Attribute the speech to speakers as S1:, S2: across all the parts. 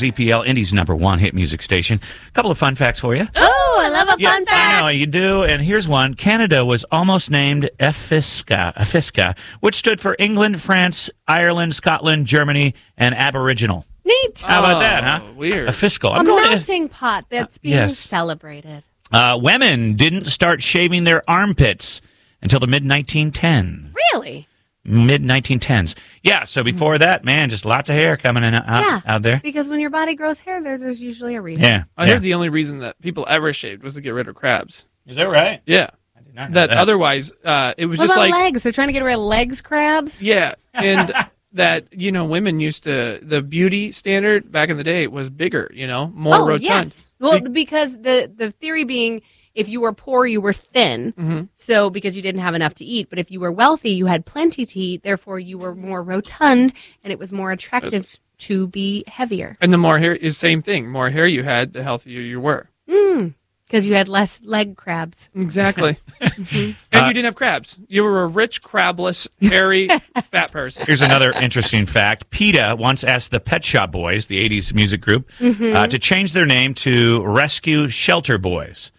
S1: ZPL, Indy's number one hit music station. A couple of fun facts for you.
S2: Oh, I love a fun
S1: I know
S2: fact.
S1: you do. And here's one: Canada was almost named EFISCA, EFISCA, which stood for England, France, Ireland, Scotland, Germany, and Aboriginal.
S2: Neat.
S1: How about
S3: Oh,
S1: that, huh?
S3: weird.
S1: A fiscal.
S2: a
S1: I'm going to. Ah,
S2: melting pot that's being
S1: yes.
S2: celebrated.
S1: Uh, women didn't start shaving their armpits until the mid 1910.
S2: Really?
S1: Mid 1910s. Yeah, so before that, man, just lots of hair coming in out,
S2: Yeah.
S1: out there.
S2: Because when your body grows hair, there, there's usually a reason.
S1: Yeah.
S3: I
S1: yeah.
S3: heard the only reason that people ever shaved was to get rid of crabs.
S1: Is that right?
S3: Yeah,
S1: I did not know
S3: that otherwise uh, it was
S2: What
S3: just
S2: about
S3: like
S2: legs? They're trying to get rid of legs crabs.
S3: yeah, and that you know women used to the beauty standard back in the day was bigger, you know, more
S2: oh
S3: rotund.
S2: yes. Well, because the the theory being, if you were poor, you were thin.
S3: Mhm.
S2: So because you didn't have enough to eat, but if you were wealthy, you had plenty to eat. Therefore, you were more rotund, and it was more attractive to be heavier
S3: And the more hair is same thing. More hair you had, the healthier you were.
S2: because Hmm. you had less leg crabs. Mm-hmm.
S3: Exactly.
S1: Uh,
S3: And you didn't have crabs. You were a rich, crabless, hairy, fat person.
S1: Here's another interesting fact. PETA once asked the Pet Shop Boys, the 80s music group,
S2: Mm-hmm.
S1: uh, to change their name to Rescue Shelter Boys.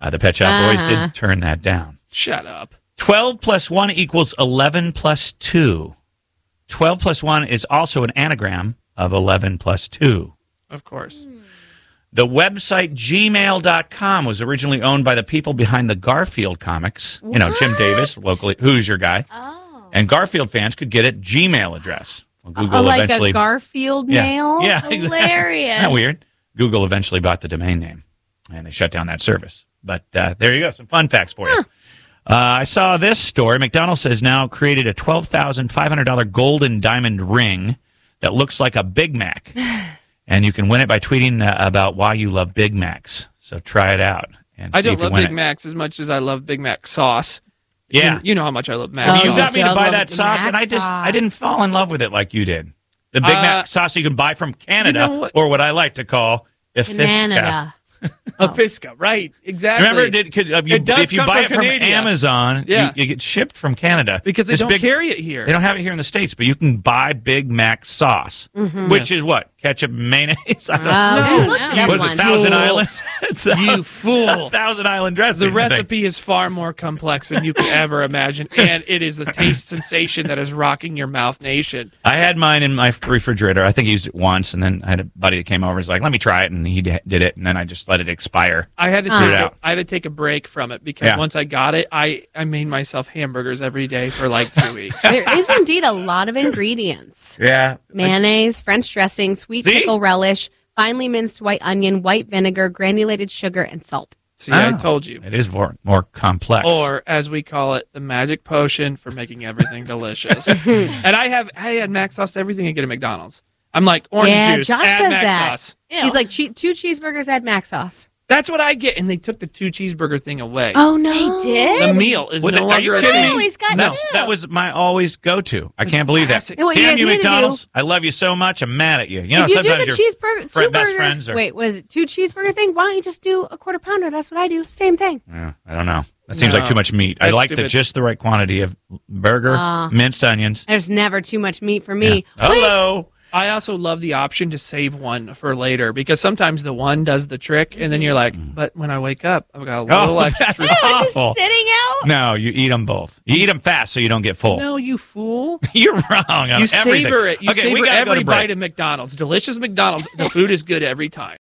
S1: Uh, the Pet Shop Boys
S2: Uh-huh.
S1: did turn that down.
S3: Shut up.
S1: 12 plus 1 equals 11 plus 2. 12 plus 1 is also an anagram of 11 plus 2.
S3: Of course.
S2: Hmm.
S1: The website gmail.com was originally owned by the people behind the Garfield comics. You know, Jim
S2: What?
S1: Davis, locally, who's your guy?
S2: Oh,
S1: And Garfield fans could get it Gmail address. Well, Google
S2: Uh, like
S1: eventually
S2: a Garfield
S1: Yeah.
S2: nail.
S1: Yeah, exactly.
S2: hilarious.
S1: Isn't that weird? Google eventually bought the domain name, and they shut down that service. But uh, there you go, some fun facts for you. Uh, I saw this story. McDonald's has now created a twelve thousand five hundred dollar golden diamond ring that looks like a Big Mac, and you can win it by tweeting uh, about why you love Big Macs. So try it out and see
S3: I don't
S1: if you
S3: love
S1: win
S3: Big
S1: it.
S3: Macs as much as I love Big Mac sauce.
S1: Yeah,
S3: You, you know how much I love Mac
S2: Oh,
S1: you
S3: sauce.
S1: got me
S2: yeah,
S1: to
S2: I
S1: buy
S2: love
S1: that
S2: the
S1: sauce,
S2: Mac
S1: and I just I
S2: sauce.
S1: didn't fall in love with it like you did. The Big
S3: Uh,
S1: Mac sauce you can buy from Canada,
S3: know what-
S1: or what I like to call Ifisca.
S2: Banana. Oh.
S3: A Fisca, right. Exactly.
S1: Remember, it did, could, uh, you,
S3: It does
S1: if you
S3: come
S1: buy
S3: from
S1: it from
S3: Canada.
S1: Amazon,
S3: Yeah.
S1: you, you get shipped from Canada
S3: because they
S1: This
S3: don't
S1: big-
S3: carry it here.
S1: They don't have it here in the states, but you can buy Big Mac sauce, which
S3: Yes.
S1: is what ketchup, mayonnaise. I don't
S2: Oh,
S3: No.
S2: we looked at
S1: know.
S2: that
S1: What is
S2: one.
S1: it? Thousand
S3: Fool.
S1: Island. it's a,
S3: You fool.
S1: Thousand Island dressing.
S3: The
S1: I think.
S3: recipe is far more complex than you could ever imagine, and it is the taste sensation that is rocking your mouth nation.
S1: I had mine in my refrigerator. I think I used it once, and then I had a buddy that came over. He's like, "Let me try it," and he d- did it, and then I just let it expire.
S3: I had to
S2: Ah.
S3: take
S1: Get
S3: a,
S1: out.
S3: I had to take a break from it because
S1: Yeah.
S3: once I got it, I, I made myself hamburgers every day for like two weeks.
S2: there is indeed a lot of ingredients
S1: Yeah,
S2: mayonnaise, French dressing, sweet
S1: See?
S2: pickle relish, finely minced white onion, white vinegar, granulated sugar, and salt.
S3: See, I
S1: Oh.
S3: told you.
S1: it is more more complex.
S3: Or as we call it, the magic potion for making everything delicious. and I have I had mac sauce to everything I get at McDonald's. I'm like orange
S2: Yeah,
S3: juice,
S2: Josh
S3: add
S2: does
S3: mac
S2: that.
S3: sauce.
S2: He's like che- two cheeseburgers, add mac sauce.
S3: That's what I get, and they took the two cheeseburger thing away.
S2: Oh no,
S4: They did?
S3: The meal is
S1: What the-
S3: no
S1: are
S3: longer
S1: you
S3: a
S1: kidding
S4: I
S3: thing.
S4: always got
S1: No,
S4: two.
S1: that was my always go to. I can't believe that.
S3: classic.
S2: And what you
S1: Damn
S2: guys
S1: you,
S2: need to do-
S1: McDonald's! I love you so much. I'm mad at you. You know,
S2: if you do
S1: sometimes
S2: the
S1: you're
S2: cheeseburger,
S1: fri-
S2: two
S1: best
S2: burger,
S1: friends are-
S2: wait, was it two cheeseburger thing? Why don't you just do a quarter pounder? That's what I do. Same thing.
S1: Yeah, I don't know. That seems
S3: No.
S1: like too much meat. I
S3: That's
S1: like the
S3: stupid.
S1: just the right quantity of burger,
S2: Ah.
S1: minced onions.
S2: There's never too much meat for
S1: Yeah.
S2: me. Wait,
S1: Hello.
S3: I also love the option to save one for later because sometimes the one does the trick, and then you're like, but when I wake up, I've got a little
S1: Oh,
S3: extra.
S1: that's
S4: I was
S1: awful.
S4: just sitting out.
S1: No, you eat them both. You eat them fast so you don't get full.
S3: No, you fool.
S1: You're wrong. on
S3: You
S1: everything.
S3: savor it. You
S1: okay, we
S3: savor
S1: gotta go
S3: every
S1: to break.
S3: bite of McDonald's. Delicious McDonald's. The food is good every time.